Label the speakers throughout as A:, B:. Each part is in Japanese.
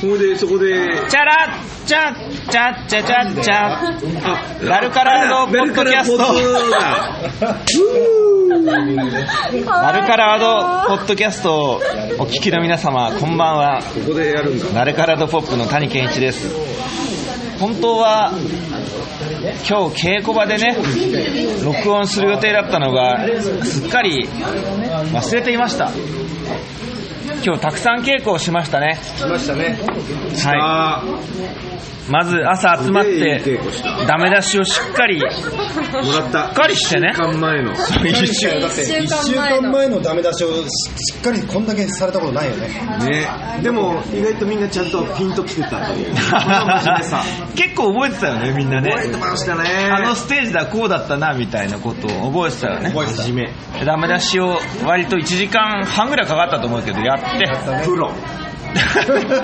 A: そこで、そこで、
B: チャラッチャッチャッチャチャッチャ
A: あ
B: ダルカラードポッドキャスト
A: ダルカラーポッドだ
B: ナルカラードポッドキャストをお聞きの皆様こんばんは
A: ここでやるんだ。
B: ナルカラードポップの谷健一です本当は今日稽古場でね録音する予定だったのがすっかり忘れていました今日たくさん稽古をしましたね
A: しましたね。
B: は
A: あ
B: いまず朝集まって
A: すげえいい稽古した
B: ダメ出しをしっかり
A: ーもらった。
B: しっかりしてね
A: 一週間前の。
B: 一週
C: だって1週間前のダメ出しをしっかりこんだけされたことないよね
A: ね。でも、意外とみんなちゃんとピンときてたという。この真面目さ。
B: 結構覚えてたよねみんなね
A: 覚えてましたね。
B: あのステージだこうだったなみたいなことを覚えてたよね
A: 覚えてた真面
B: ダメ出しを割と1時間半ぐらいかかったと思うけどやって
A: 目。プロ。
D: 夢出し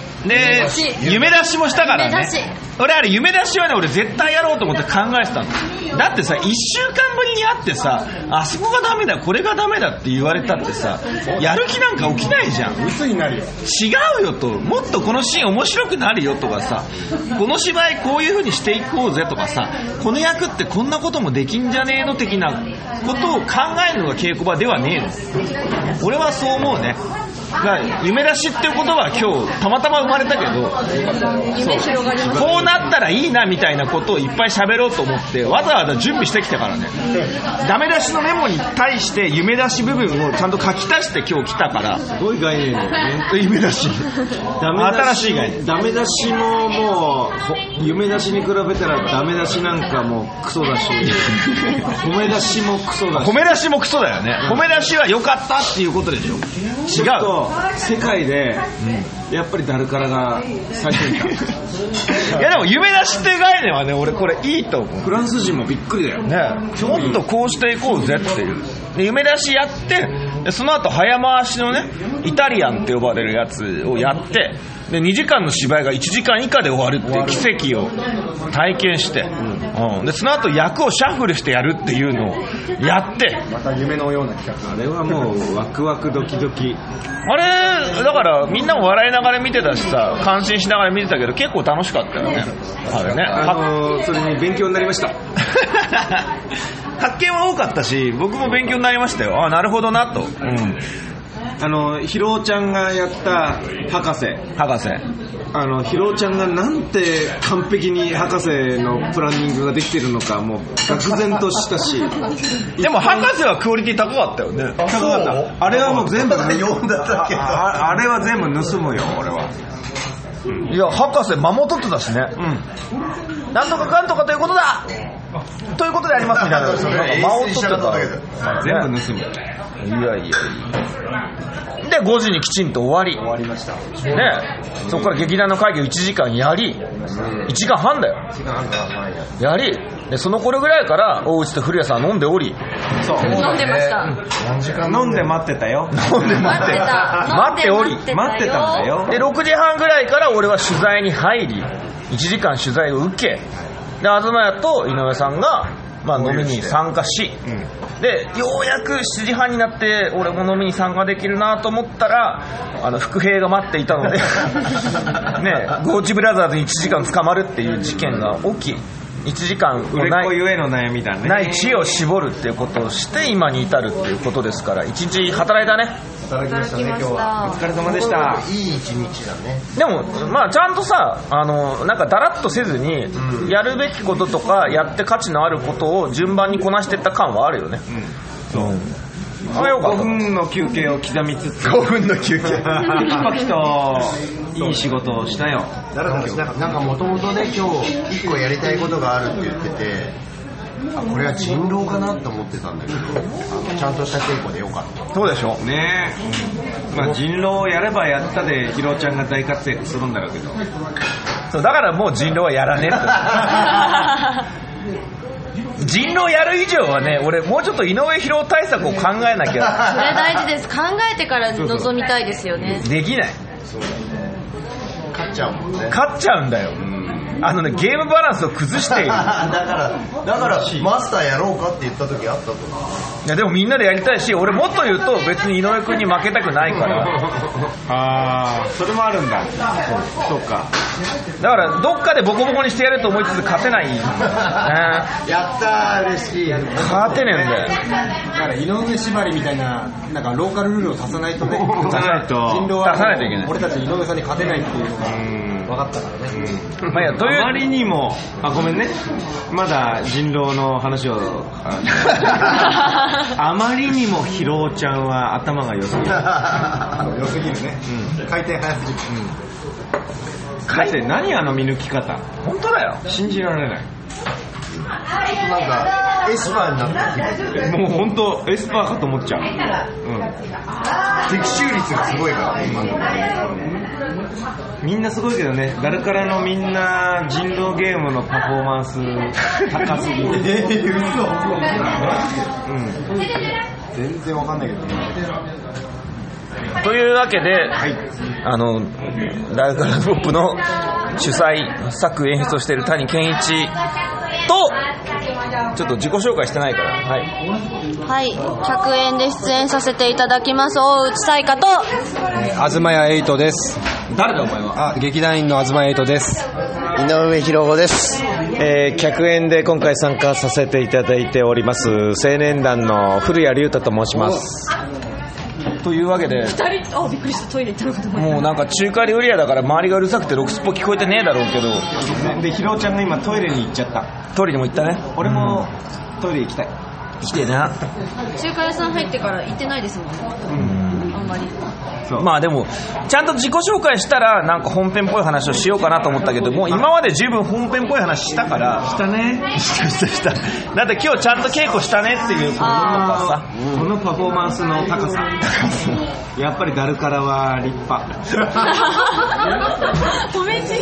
B: で夢出しもしたから
D: 夢
B: ね
D: 出し
B: 俺あれ夢出しはね俺絶対やろうと思って考えてたのだってさ1週間ぶりに会ってさあそこがダメだこれがダメだって言われたってさやる気なんか起きないじゃん
C: 嘘になるよ
B: 違うよともっとこのシーン面白くなるよとかさこの芝居こういう風にしていこうぜとかさこの役ってこんなこともできんじゃねえの的なことを考えるのが稽古場ではねえの俺はそう思うねだから夢出しっていうことは今日たまたま生まれたけど
D: 夢広がります
B: こうなったらいいなみたいなことをいっぱい喋ろうと思ってわざわざ準備してきたからねダメ出しのメモに対して夢出し部分をちゃんと書き足して今日来たから
A: すごい概念だよね。
B: 夢出し
A: ダメ出
B: 新
A: し
B: しい概念
A: ダメ出しももうほ夢出しに比べたらダメ出しなんかもうクソだし褒め出しもクソだし
B: 褒め出しもクソだよね褒め出しは良かったっていうことでしょ違
A: ちょっ
B: う
A: と世界でやっぱりダルカラが最先端
B: いやでも夢出しっていう概念はね俺これいいと思う
A: フランス人もびっくりだよ
B: ねもっとこうしていこうぜっていうで夢出しやってでその後早回しのねイタリアンって呼ばれるやつをやってで2時間の芝居が1時間以下で終わるっていう奇跡を体験して、うんでその後役をシャッフルしてやるっていうのをやって
C: また夢のような企
A: あれはもうワクワクドキドキ
B: あれだからみんなも笑いながら見てたしさ感心しながら見てたけど結構楽しかったよねあれね、
A: あのーそれに勉強になりました
B: は 発見は多かったし僕も勉強になりましたよあなるほどなと、うん、
A: あのひろちゃんがやった博士
B: 博士
A: あのひろちゃんがなんて完璧に博士のプランニングができてるのかもう愕然としたし
B: でも博士はクオリティ高かったよね
A: 高かったあれはもう全部読んだ
C: だけど
A: ああれは全部盗むよ俺はい
B: や博士間も取ってたしねうんなんとかかんとかということだということであります みたいな
C: それ
B: なんか間を取ってた
C: 演出者だったけ
A: 全部盗む
B: いやいやいやで5時にきちんと終わり終わりましたねそこから劇団の会議を1時間やり1時間半だよやりでその頃ぐらいから大内と古谷さんは飲んでおり
D: 飲んでました
A: 飲んで待ってたよ
B: 飲んで
D: 待ってた
B: 待っており
D: たよ
A: 待ってたんだよ
B: で6時半ぐらいから俺は取材に入り1時間取材を受けで東谷と井上さんが、まあ、飲みに参加し、でようやく7時半になって俺も飲みに参加できるなと思ったらあの伏兵が待っていた のでねゴーチブラザーズに1時間捕まるっていう事件が起き1時間も
A: 売れっ
B: ない
A: 子ゆえの悩みだね
B: ない知恵を絞るっていうことをして今に至るっていうことですから一日働いたね
C: 画働きましたね今日は
A: お疲れ様でした
C: いい一日だね
B: でも、まあ、ちゃんとさあのなんかだらっとせずに、やるべきこととかやって価値のあることを順番にこなしていった感はあるよね、うん、そうあよか
A: 5
B: った
A: 分の休憩を刻みつつ
C: 5分の休 憩
A: パキパキといい仕事をしたよ
C: なんかもともとね今日一個やりたいことがあるって言っててあこれは人狼かなと思ってたんだけどあのちゃんとした稽古でよかった
B: そうでしょ
A: ねえ、まあ、人狼をやればやったでひろちゃんが大活躍するんだろうけど
B: そうだからもう人狼はやらねえって 人狼やる以上はね俺もうちょっと井上疲労対策を考えなきゃ
D: それ大事です考えてから臨み たいですよね
B: できない
C: 勝っちゃうもんね
B: 勝っちゃうんだよ
A: うん
B: あのね、ゲームバランスを崩 してい る。
E: だから、だから、マスターやろうかって言った時あったと思う。
B: いやでもみんなでやりたいし、俺もっと言うと別に井上くんに負けたくないから。
A: ああ、それもあるんだ。そうか。
B: だからどっかでボコボコにしてやると思いつつ勝て ない。ね、
E: やったー、嬉しい。
B: 勝てねえんだよ。
C: だから井上縛りみたいななんかローカルルールを足さないと ね
A: 出さないと。
C: 人
A: う
C: 狼は
B: 出さないといけない
C: 俺たち井上さんに勝てないっていうのが
A: ん
C: 分かった からね
B: まあいいや、とい
A: あ
B: う
A: ま。りにも、あ、ごめんね。まだ人狼の話を。 あのあまりにもひろちゃんは頭が良すぎる。
C: 良すぎるね、回転早すぎる
A: だって何あの見抜き方。
B: 本当だよ。
A: 信じられない。
E: なんか、エスパーになった気分。
A: もう本当エスパーかと思っちゃう。うん。
E: 的中率がすごいからね、今の。
A: みんなすごいけどね、ガルカラのみんな人狼ゲームのパフォーマンス高すぎ る。
E: えー、
A: うん。
C: 嘘全然分かんないけど
B: というわけで、あの、ダークラブポップの主催、作演出をしている谷健一と、ちょっと自己紹介してないから、はい。
D: はい、100円で出演させていただきます、大内彩花と、
C: 東谷エイトです
B: 誰だお前は
C: あ劇団員の東谷エイトです
E: 嘘。井上博吾です。
F: えー、客演で今回参加させていただいております青年団の古谷龍太と申します
B: というわけで、
D: 二人、あ、びっくりした、トイレ行ったのかと思
B: もうなんか中華料理屋だから周りがうるさくてロックスポ聞こえてねえだろうけど、
A: で、ひろちゃんが今トイレに行っちゃった。
B: トイレにも行ったね。
A: 俺もトイレ行きたい。
B: 来てえな。
D: 中華屋さん入ってから行ってないですもんね、あんまり。
B: まあでも、ちゃんと自己紹介したら、なんか本編っぽい話をしようかなと思ったけど、もう今まで十分本編っぽい話したから。したね。したしたした。だって今日ちゃんと稽古したねっていうこととかさ。
A: このパフォーマンスの高さ。やっぱりダルカラは立派。
D: ごめんち。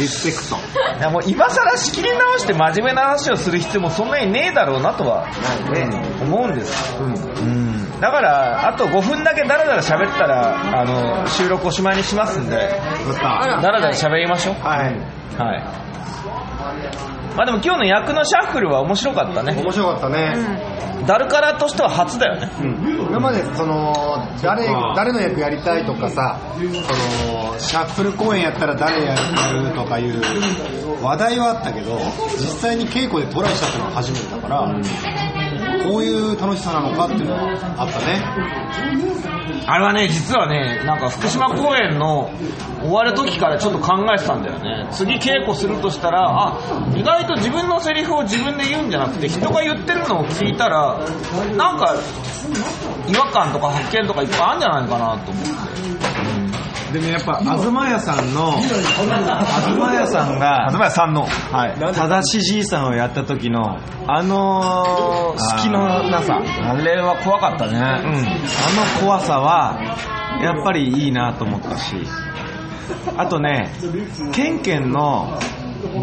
A: リスペクト。
B: いやもう今更仕切り直して真面目な話をする必要もそんなにねえだろうなとは、うん思うんです、うんだからあと5分だけダラダラ喋ったらあの収録おしまいにしますんでダラダラ喋りましょう
A: はい。
B: はいまあでも今日の役のシャッフルは面白かったね
E: 面白かったね。
B: ダルカラとしては初だよね
C: 今までその誰
A: か
C: 誰の役やりたいとかさそのシャッフル公演やったら誰やるとかいう話題はあったけど実際に稽古でトライしたってのは初めてだから、こういう楽しさなのかっていうのはあったね
B: あれはね実はねなんか福島公演の終わる時からちょっと考えてたんだよね次稽古するとしたらあ意外と自分のセリフを自分で言うんじゃなくて人が言ってるのを聞いたらなんか違和感とか発見とかいっぱいあるんじゃないかなと思って
A: でね、やっぱ、東屋さんの、東屋さんが、
B: 東谷さんの
A: はい、正しいじいさんをやった時の、あのー隙のなさ。
B: あれは怖かった
A: うん、
B: ね
A: あの怖さはやっぱりいいなと思ったしあとねケンケンの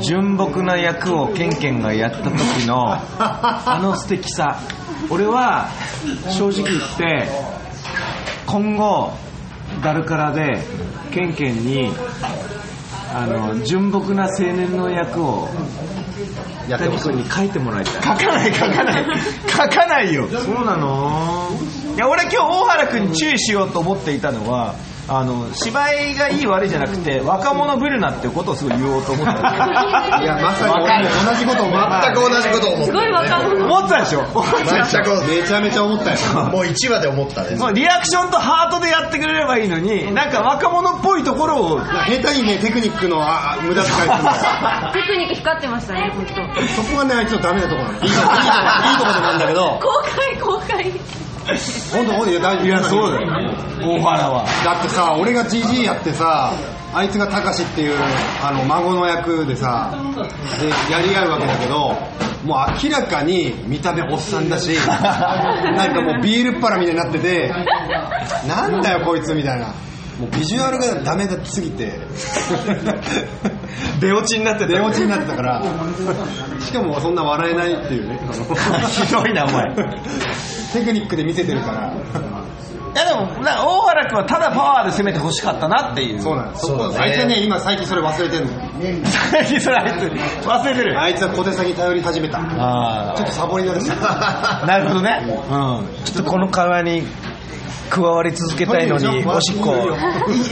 A: 純朴な役をケンケンがやった時のあの素敵さ俺は正直言って今後ダルカラでケンケンにあの純朴な青年の役を
E: やって
A: 谷
E: ほしい
A: 君に書いてもらいたい
E: 書かない、書かない。
B: 書かないよ
A: そうなの
B: いや俺今日大原君に注意しようと思っていたのはあの芝居がいい悪いじゃなくて若者ぶるなっていうことをすごい言おうと思った
E: いや、まさに俺も同じこと、全く同じこと思った。
D: すごい若者。
B: 思ってたでしょ
E: 全くめちゃめちゃ思ったよ。もう1話で思ったね。
B: そうリアクションとハートでやってくれればいいのになんか若者っぽいところを
E: 下手にね、テクニックのあ無駄遣いするから。
D: テクニック光ってましたね、本当。
E: そこがね、あいつのダメなとこなの。いいとこ、いいとこいいとこでなんだけど、
D: 公開、公開。
E: 本当本当いや大丈夫。いや、そうだよ。
B: 大原は
E: だってさ、俺が GG やってさ、あいつがたかしっていう、あの、孫の役でさ、で、やり合うわけだけど、もう明らかに見た目おっさん だし、なんかもうビールっ腹みたいになってて、なんだよこいつみたいな。もうビジュアルがダメだすぎて、
A: 出落ちになって
E: 出落ちになってたから、しかもそんな笑えな い っていうね。ひどいな、お前。テクニックで見せてるから、
B: いやでもなんか大原君はただパワーで攻めてほしかったなっていう
E: そうなんです。そこあいつはね、今最近それ忘れてんの。
B: 最近それあいつ忘れてる
E: あいつは小手先頼り始めた。
B: あ
E: ちょっとサボりなんですよ。
B: あ なるほどね
G: ちょっとこの会話に加わり続けたいのにおしっこ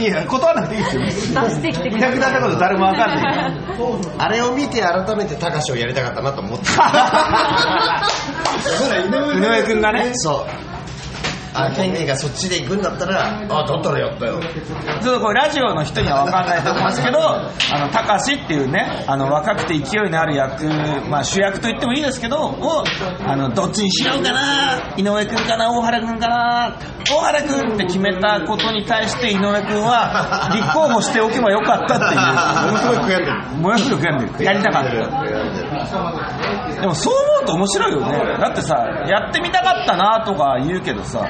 B: いや断らなくていいですよ
D: してきてく
B: いなくなったこと誰もわかんない
C: あれを見て改めて高橋をやりたかったなと思って
B: 井上君がね
C: そうあケンケンがそっちで行くんだったらあだったらやったよ
B: ちょっとこれラジオの人には分かんないと思いますけど、あの、たかしっていうね、あの、若くて勢いのある役、まあ主役と言ってもいいですけど、を、あの、どっちにしようかな、井上くんかな、大原くんかな、大原くんって決めたことに対して井上くんは、立候補しておけばよかったって いう。ものすごい悔やんでる。ものすごい悔やんでる。やりたかった。でもそう思うと面白いよね。だってさ、やってみたかったなとか言うけどさ、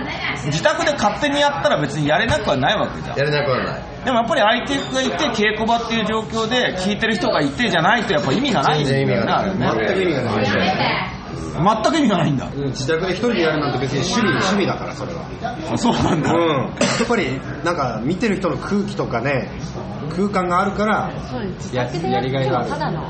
B: 自宅で勝手にやったら別にやれなくはないわけじゃん。
C: やれなくはない
B: でもやっぱり相手がいて稽古場っていう状況で聞いてる人がいてじゃないとやっぱ意味がないんだよねあれね
E: 全く意味がない。
B: 全く意味がないんだ
E: 自宅で一人でやるなんて別に趣味、趣味だから、それは。
B: あそうなんだ、
E: うん、やっぱりなんか見てる人の空気とかね空間があるから
D: そう自宅でやってもただの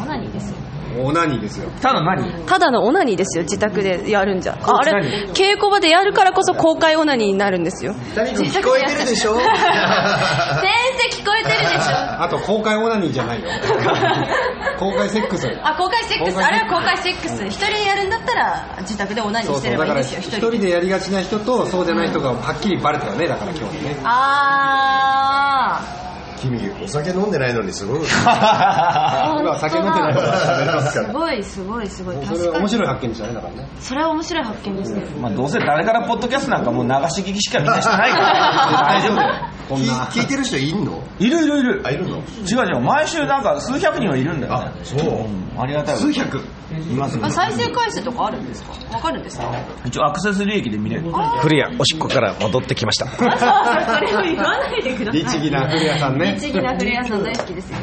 D: オナニーですよ
E: オナニーですよ
B: ただ何
H: ただのオナニーですよ自宅でやるんじゃああ
B: 何
H: れ稽古場でやるからこそ公開オナニーになるんですよ
C: 二 人とも聞こえてるで しょ
D: 先生聞こえてるでし ょ
E: あと公開オナニーじゃないよ公開セックス
D: あ公開セックスあれは公開セックス一人でやるんだったら自宅でオナニー
E: そう
D: して
E: そう
D: れば
E: だ
D: いいん
E: から
D: ですよ一
E: 一人
D: 人で
E: でやりがちな人とそうじゃない人がはっきりバレたよねだから今日ね
D: あ
E: 君
C: お酒飲んでないのにすごい
D: あ
E: 今酒飲んでないから喋れます
D: す
E: から
D: ごいすごいすごい
E: それ
D: 確
E: は
D: か
E: 面
D: に
E: 白い発見じゃないだからね
D: それは面白い発見ですね
B: まあ、どうせ誰からポッドキャストなんかもう流し聞きしかみんなしてないから大丈夫だよ
E: こんな
C: 聞いてる人いんの
B: いるいるいる
C: あいる
B: 違
C: の
B: う違う毎週なんか数百人はいるんだよね
C: そう
B: うんありがたい数百います
D: あ再生回数とかあるんですかわかるんですか
B: 一応アクセス利益で見れる
A: フリアおしっこから戻ってきました
D: あそうそれを言わないでください
E: 律儀な古谷さんね
D: 律儀なフレアさん大好きですよ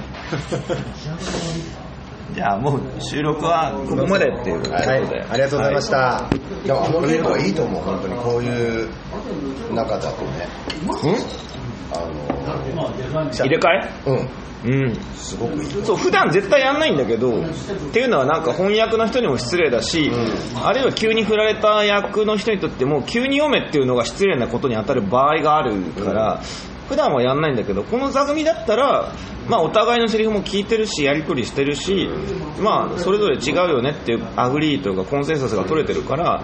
B: じゃあもう収録はここまでっていうことで、
C: はい、ありがとうございました、い、やこれのがいいと思う本当にこういう中だとねあの
B: 入れ替え
C: うん
B: うん
C: すごくいい
B: そう普段絶対やんないんだけどっていうのはなんか翻訳の人にも失礼だし、あるいは急に振られた役の人にとっても急に読めっていうのが失礼なことに当たる場合があるから、普段はやんないんだけどこの座組だったら、まあ、お互いのセリフも聞いてるしやり取りしてるし、まあ、それぞれ違うよねっていうアグリーというかコンセンサスが取れてるから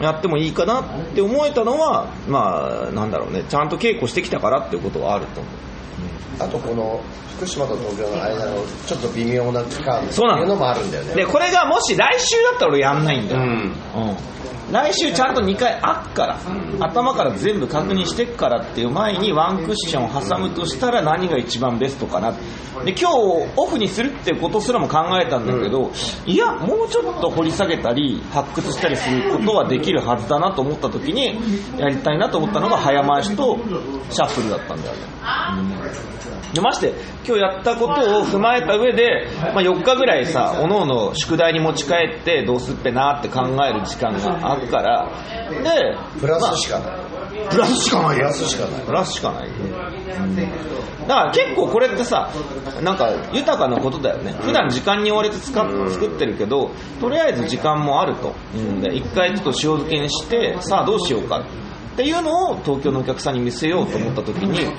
B: やってもいいかなって思えたのは、まあ、なんだろうねちゃんと稽古してきたからっていうことはあると思う。
C: あとこの福島と東京の間のちょっと微妙な期間って
B: そうなの
C: いうのもあるんだよね
B: でこれがもし来週だったら俺やんないんだ
C: う
B: よ、
C: ん
B: 来週ちゃんと2回あっから、頭から全部確認してっからっていう前にワンクッションを挟むとしたら何が一番ベストかなで今日オフにするってことすらも考えたんだけど、いやもうちょっと掘り下げたり発掘したりすることはできるはずだなと思った時にやりたいなと思ったのが早回しとシャッフルだったんだよねでまして今日やったことを踏まえた上で、まあ、4日ぐらいさおのおの宿題に持ち帰ってどうすっぺなって考える時間があるからで
C: プラスしかない
B: プラスしかない
C: プラスしかない
B: プラスしかないよだから結構これってさなんか豊かなことだよね普段時間に追われて使っ作ってるけどとりあえず時間もあるというんで一回ちょっと塩漬けにしてさあどうしようかっていうのを東京のお客さんに見せようと思った時に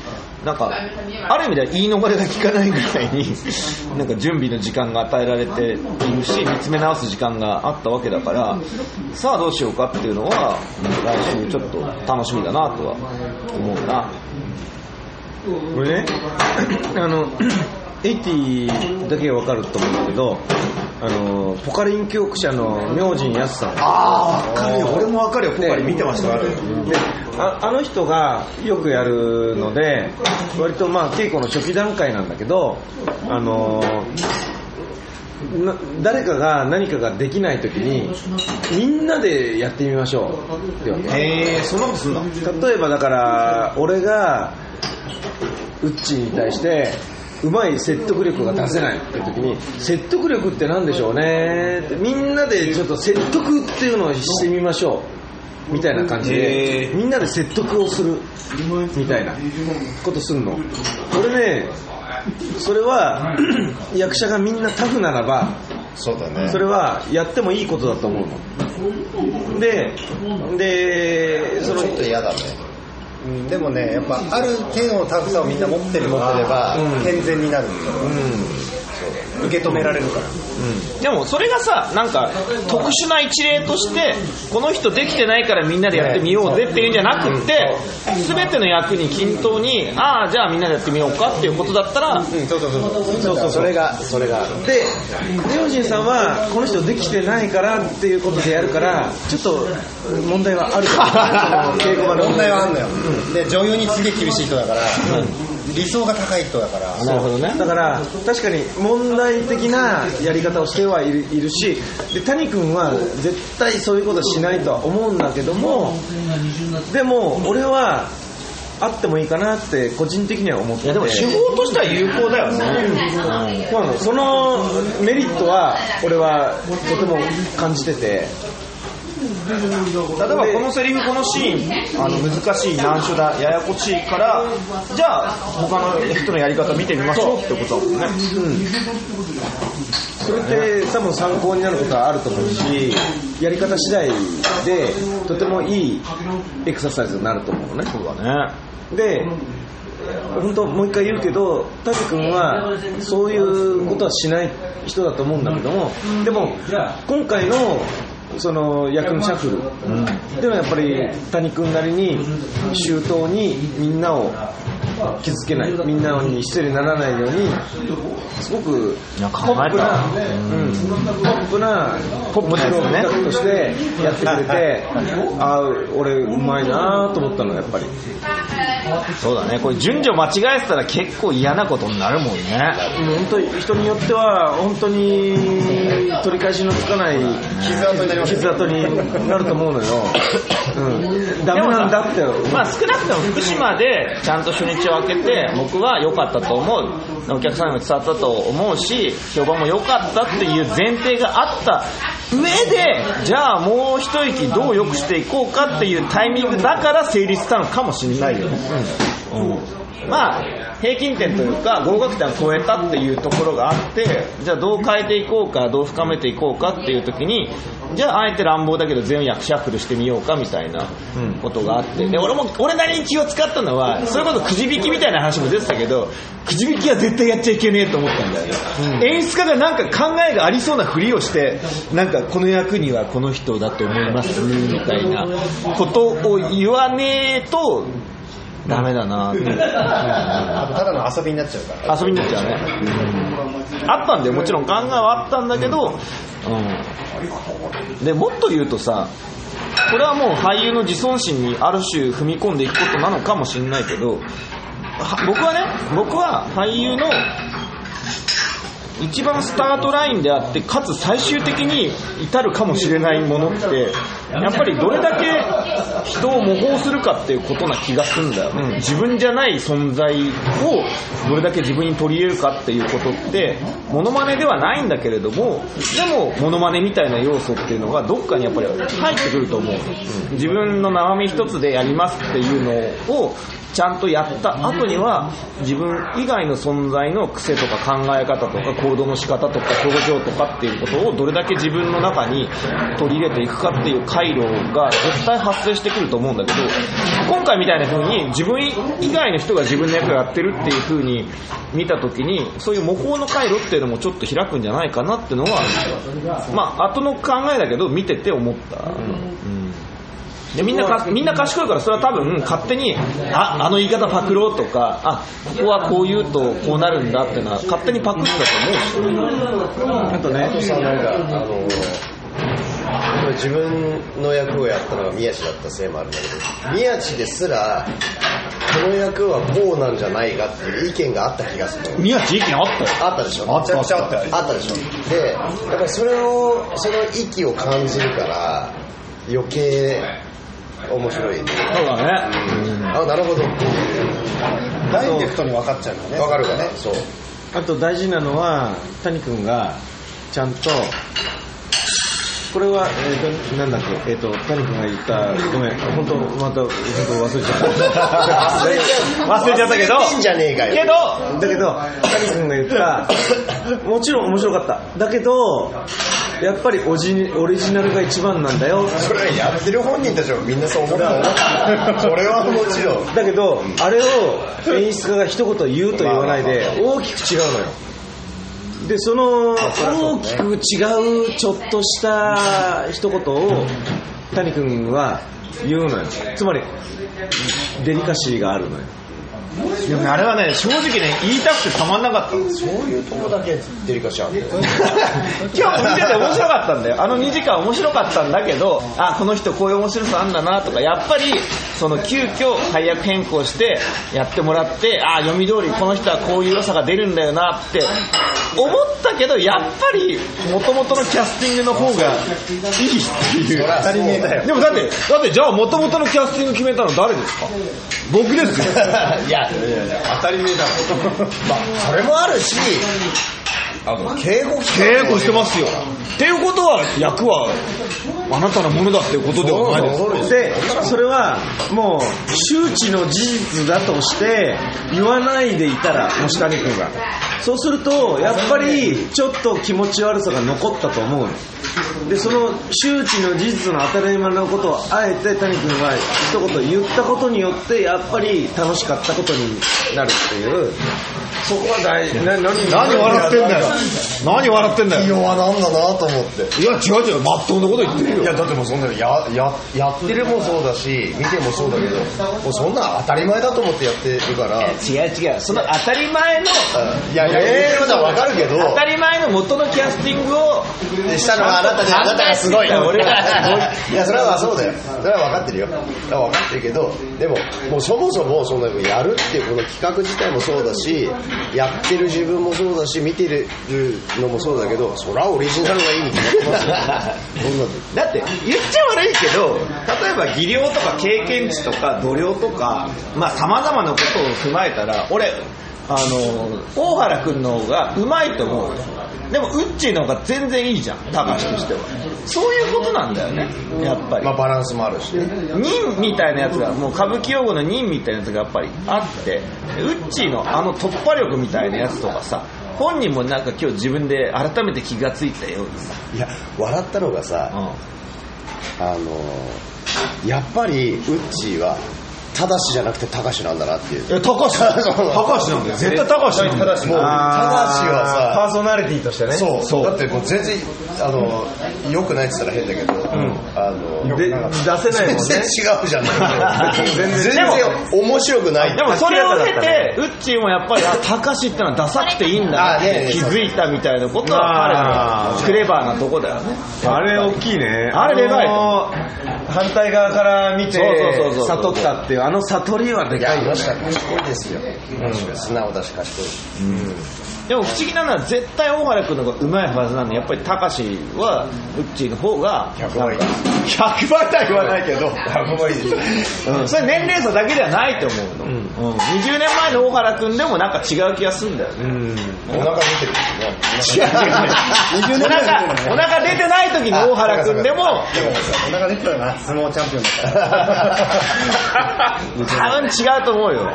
B: なんかある意味では言い逃れが効かないぐらいに なんか準備の時間が与えられているし見つめ直す時間があったわけだからさあどうしようかっていうのは来週ちょっと楽しみだなとは思うな。
G: これ ねあの80だけは分かると思うんだけどあのポカリン教育者の明神康さん
C: ああ分かるよ俺も分かるよポカリ見てましたあれ
G: でああの人がよくやるので割とまあ稽古の初期段階なんだけどあのな誰かが何かができない時にみんなでやってみましょうってわけ
B: えー、そんなことすんの
G: 例えばだから俺がウッチーに対してうまい説得力が出せないって時に説得力って何でしょうねってみんなでちょっと説得っていうのをしてみましょう
A: みたいな感じで、みんなで説得をするみたいなことすんの俺ねそれ は役者がみんなタフならば
C: そうだね
A: それはやってもいいことだと思うのでで
C: ち
A: その
C: ょっと嫌だねうんでもねやっぱある程度のタフさをみんな持ってる持ってれば健全になるんだよ、そう受け止められるから
B: でもそれがさなんか特殊な一例としてこの人できてないからみんなでやってみようぜっていうんじゃなくって全ての役に均等にああじゃあみんなでやってみようかっていうことだったら
C: そうそうそうそうそうそれがそれがある
A: で両親さんはこの人できてないからっていうことでやるからちょっと問題はあるかも 稽古場の
C: 問題はあんのよ、で女優にすげえ厳しい人だから、理想が高い人だから、
A: なるほどねだから確かに問題的なやり方をしてはいるいるしで谷君は絶対そういうことはしないとは思うんだけどもでも俺はあってもいいかなって個人的には思っていやでも
B: 手法としては有効だよね
A: そうなのそのメリットは俺はとても感じてて
B: 例えばこのセリフこのシーンあの難しい難所だややこしいからじゃあ他の人のやり方見てみましょうってことだもんね
A: それって多分参考になることはあると思うしやり方次第でとてもいいエクササイズになると思うのね
B: そうだね
A: で本当もう一回言うけどタく君はそういうことはしない人だと思うんだけどもでも今回のその役のシャッフルっていうのはやっぱり谷君なりに周到にみんなを傷つけないみんなに失礼にならないようにすごくポップな、うん、ポップなポップな企画としてやってくれてああ俺うまいなと思ったのやっぱり。
B: そうだねこれ順序間違えてたら結構嫌なことになるもんね
A: 本当に人によっては本当に取り返しのつかない傷跡になります傷跡になると思うのよ、 うん、ダメなんだって
B: まあ少なくとも福島でちゃんと初日を開けて僕は良かったと思うお客さんにも伝わったと思うし評判も良かったっていう前提があった上でじゃあもう一息どう良くしていこうかっていうタイミングだから成立したのかもしれないよね、うんまあ平均点というか合格点を超えたっていうところがあってじゃあどう変えていこうかどう深めていこうかっていう時にじゃああえて乱暴だけど全役シャッフルしてみようかみたいなことがあってで俺も俺なりに気を使ったのはそれこそくじ引きみたいな話も出てたけどくじ引きは絶対やっちゃいけねえと思ったんだよね、演出家がなんか考えがありそうなふりをしてなんかこの役にはこの人だと思いますみたいなことを言わねえとダメだなって
C: ただの遊びになっちゃうから
B: 遊びになっちゃうね、あったんだよもちろん考えはあったんだけど、うんでもっと言うとさこれはもう俳優の自尊心にある種踏み込んでいくことなのかもしれないけどは僕はね僕は俳優の一番スタートラインであってかつ最終的に至るかもしれないものってやっぱりどれだけ人を模倣するかっていうことな気がするんだよ、ね自分じゃない存在をどれだけ自分に取り入れるかっていうことってモノマネではないんだけれどもでもモノマネみたいな要素っていうのがどっかにやっぱり入ってくると思う、自分の生身一つでやりますっていうのをちゃんとやった後には自分以外の存在の癖とか考え方とか行動の仕方とか表情とかっていうことをどれだけ自分の中に取り入れていくかっていう回路が絶対発生してくると思うんだけど今回みたいな風に自分以外の人が自分の役をやってるっていう風に見た時にそういう模倣の回路っていうのもちょっと開くんじゃないかなってのはまあ後の考えだけど見てて思った。でみんなかみんな賢いからそれは多分勝手にああの言い方パクろうとかあここはこう言うとこうなるんだってのは勝手にパクったと思うし
A: あとね
C: あとさなんかあのこれ自分の役をやったのが宮地だったせいもあるんだけど宮地ですらこの役はこうなんじゃないかっていう意見があった気がする
B: 宮地意見あったよ
C: あったでしょあったあったあったでしょでやっぱりそれをその息を感じるから余計面白い、
B: そうだね
C: あなるほどっていう
E: ダイレクトに分かっちゃうんだね
C: わかるかねそう
A: あと大事なのは谷君がちゃんとこれは、えーと、なんだっけ、えっ、と、谷君が言った、ごめん、本当また、本当忘れちゃった。
C: 忘れちゃう
A: 忘れちゃったけど
C: 忘れてんじゃねえかよ
A: けど、だけど、谷君が言った、もちろん面白かった。だけど、やっぱりオジオリジナルが一番なんだよ。
C: それはやってる本人たちもみんなそう思ったなそれはもちろん
A: だけど、あれを演出家が一言言うと言わないで、大きく違うのよ。で、その、大きく違うちょっとした一言を、谷君は言うのよ。つまり、デリカシーがあるのよ。
G: いやあれはね、正直ね、言いたくてたまんなかった。
C: そういうとこだけデリカシーあるんだよ
G: 今日も見てて面白かったんだよ。あの2時間面白かったんだけど、あ、この人こういう面白さあんだなとか、やっぱり、その急遽配役変更してやってもらって、あ、読み通りこの人はこういう良さが出るんだよなって思ったけど、やっぱり、元々のキャスティングの方がいいっていう。
C: 当たり前だよ
G: でもだって、だってじゃあ元々のキャスティング決めたの誰ですか僕ですよ。
C: いやいやいや当たり前だろまあそれもあるしあの敬語
G: 稽古してますよ。っていうことは、役は、あなたのものだっていうことではないですか。
A: でそれはもう周知の事実だとして言わないでいたらもし谷君がそうするとやっぱりちょっと気持ち悪さが残ったと思うのでその周知の事実の当たり前のことをあえて谷君が一言言ったことによってやっぱり楽しかったことになるっていうそこは大事な何
G: 何笑ってんだよ。何笑ってんだ
C: 器
G: よ。
C: 用はなんだなと思って
G: いや、違う違う、まっとうなこと言ってるよ。
C: いやだってもうそんなのやややってるもそうだし見てもそうだけどもうそんな当たり前だと思ってやってるから
B: 違う違うその当たり前の
C: いやいや言ってることはわかるけど
B: 当たり前の元のキャスティングを
C: したのはあなたで、あなたがすごい。い
B: 俺は
C: や、それはそうだよ。それは分かってるよ。分かってるけど、でも、もうそもそも、そのやるっていうこの企画自体もそうだし、やってる自分もそうだし、見てるのもそうだけど、そらオリジナルがいいに決まってますよ。そんなの
G: だって言っちゃ悪いけど例えば技量とか経験値とか度量とかまあさまざまなことを踏まえたら俺あの大原君の方がうまいと思うよでもウッチーの方が全然いいじゃん高橋としてはそういうことなんだよねやっぱり
C: まあ、バランスもあるしね。
G: 忍みたいなやつがもう歌舞伎用語の忍みたいなやつがやっぱりあってウッチーのあの突破力みたいなやつとかさ本人もなんか今日自分で改めて気がついたようにさ、
C: いや、笑ったのがさ、あのーやっぱりウッチーはただしじゃなくてたかしなんだなっていう
G: や高橋高橋なんだよ絶対高橋なんだよ
C: もうただしは
A: パーソナリティとしてね
C: さそうだってもう全然あの良くないって言ったら変だけど、あの
A: で出せ ないもん
C: 全然
A: ね
C: 違うじゃない全然面白くない
B: でもそれを経てウッチーもやっぱりあたかしってのはダサくていいんだなって気づいたみたいなことは彼のクレバーなとこだよね
A: あれ大きいね
B: あれでかい
A: あの反対側から見て
B: そうそうそうそう
A: 悟ったっていうあの悟りはで
C: い
A: か
C: や
A: いよ
C: 確かに賢いですよ、素直だし賢い
B: でも不思議なのは絶対大原君の方がうまいはずなのにやっぱりたかしはウッチーの方が
C: 100倍100倍とは言わないけど100倍です
B: うんそれ年齢差だけではないと思うの、うん20年前の大原君でもなんか違う気がするんだよね、
C: お腹見てる
B: 違う違う違うお腹お腹出てない時の大原君でも
C: お腹出てたな相撲チャンピオンだか
B: 多分違うと思うよ
C: ら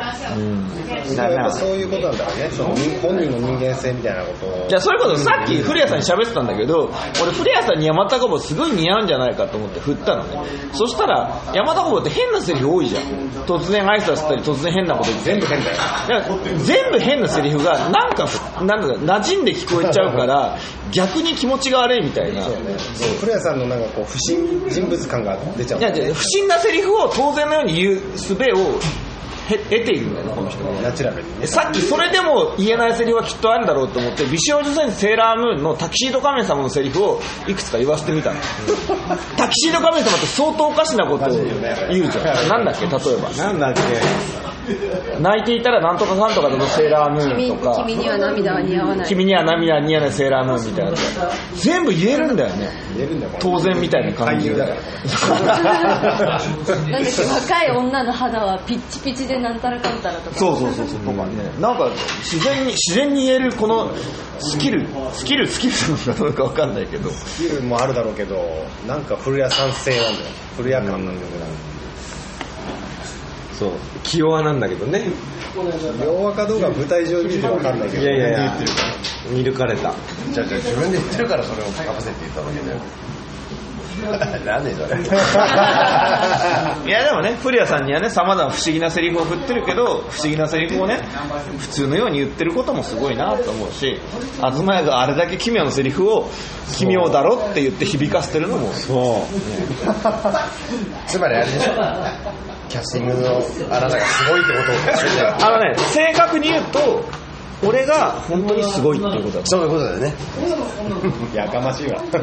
C: やっぱそういうことなんだろうねその本人の人間性みたいなことを
B: じゃあそれこそさっき古谷さんに喋ってたんだけど俺古谷さんに山高帽すごい似合うんじゃないかと思って振ったのねそしたら山高帽って変なセリフ多いじゃん突然挨拶したり突然変なこと言って全部変だよ全部変なセリフがなんかなんか馴染んで聞こえちゃうから逆に気持ちが悪いみたいな
C: 古谷さんのなんかこう不審人物感が出ちゃう
B: いやいや不審なセリフを当然のように言う術をへ得ているんだよねこの人
C: ナチュラルにね
B: さっきそれでも言えないセリフはきっとあるだろうと思って美少女戦士セーラームーンのタキシード仮面様のセリフをいくつか言わせてみたの タ キシード仮面様って相当おかしなことを言うじゃんなんだっけ例えば
A: なんだっけ
B: 泣いていたらなんとかかんとかだとセーラームーンとか
D: 君には涙は似合わない
B: 君には涙は似合わないセーラームーンみたいなやつ全部言えるんだよね当然みたいな感じで
D: なんだっけ若い女の肌はピッチピチでなんたらかんたらとか
B: そうそうそうそうとかねなんか自然に自然に言えるこのスキルスキルスキルなのかどうかわかんないけど
C: スキルもあるだろうけどなんか古谷酸性なんだよ古谷感なんだよね
E: そう気弱なんだけどね
C: 洋和かどうか舞台上に見て分かんないけど
E: いやいやいや見抜かれた
C: じゃあじゃあ自分で言ってるからそれをかぶせて言ったわけだよ なんでそれ
B: いやでもね、古谷さんにはね、さまざま不思議なセリフを振ってるけど、不思議なセリフをね、普通のように言ってることもすごいなと思うし、東屋があれだけ奇妙なセリフを、奇妙だろって言って響かせてるのも、
C: つまりあれでしょキャスティングのあなたがすごいってことを
B: あのね、正確に言うと、俺が本当にすごいっていうことだ
C: そういうことだよねやかましいわもう
A: こ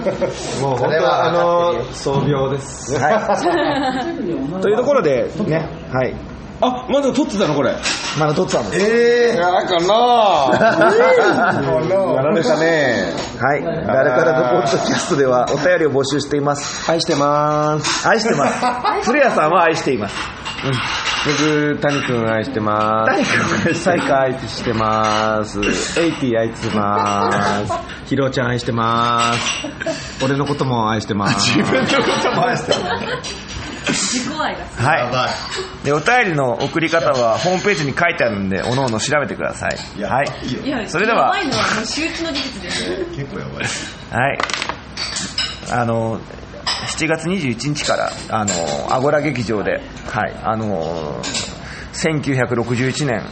C: 本
A: れ
C: 当
A: はあ
C: はあの
A: の創病です
B: はい。というところで、ね、はい。
A: あまだ撮ってたのこれ
B: まだ撮ってたんです。
A: ええあかな
B: やられたね。はい。誰からのポッドキャストではお便りを募集しています。愛してます。愛してます。古谷さんは愛しています。
A: 僕谷君愛してます
B: 谷君愛してます
A: サイカ愛してますエイティ愛して ますヒロちゃん愛してます俺のことも愛してます
B: 自分のことも愛してる
D: 自己愛が
B: はいでお便りの送り方はホームページに書いてあるんでおのおの調べてくださいはい
D: いや
B: それでは
D: やばいのはもう周期の事実ですよ
B: はいあの7月21日からあのアゴラ劇場ではいあの1961年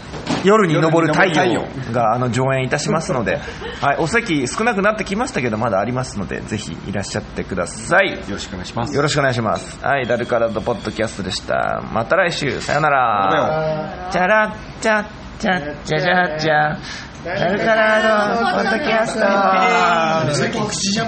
B: 夜に昇る太陽があの上演いたしますので、はい、お席少なくなってきましたけどまだありますのでぜひいらっしゃってください
A: よろしくお願いします
B: よろしくお願いします。はい、ダルカラドポッドキャストでした。また来週、さよなら。チャラッチャッチャッチャチャチャ。ダルカラドポッドキャスト。
C: 口じゃん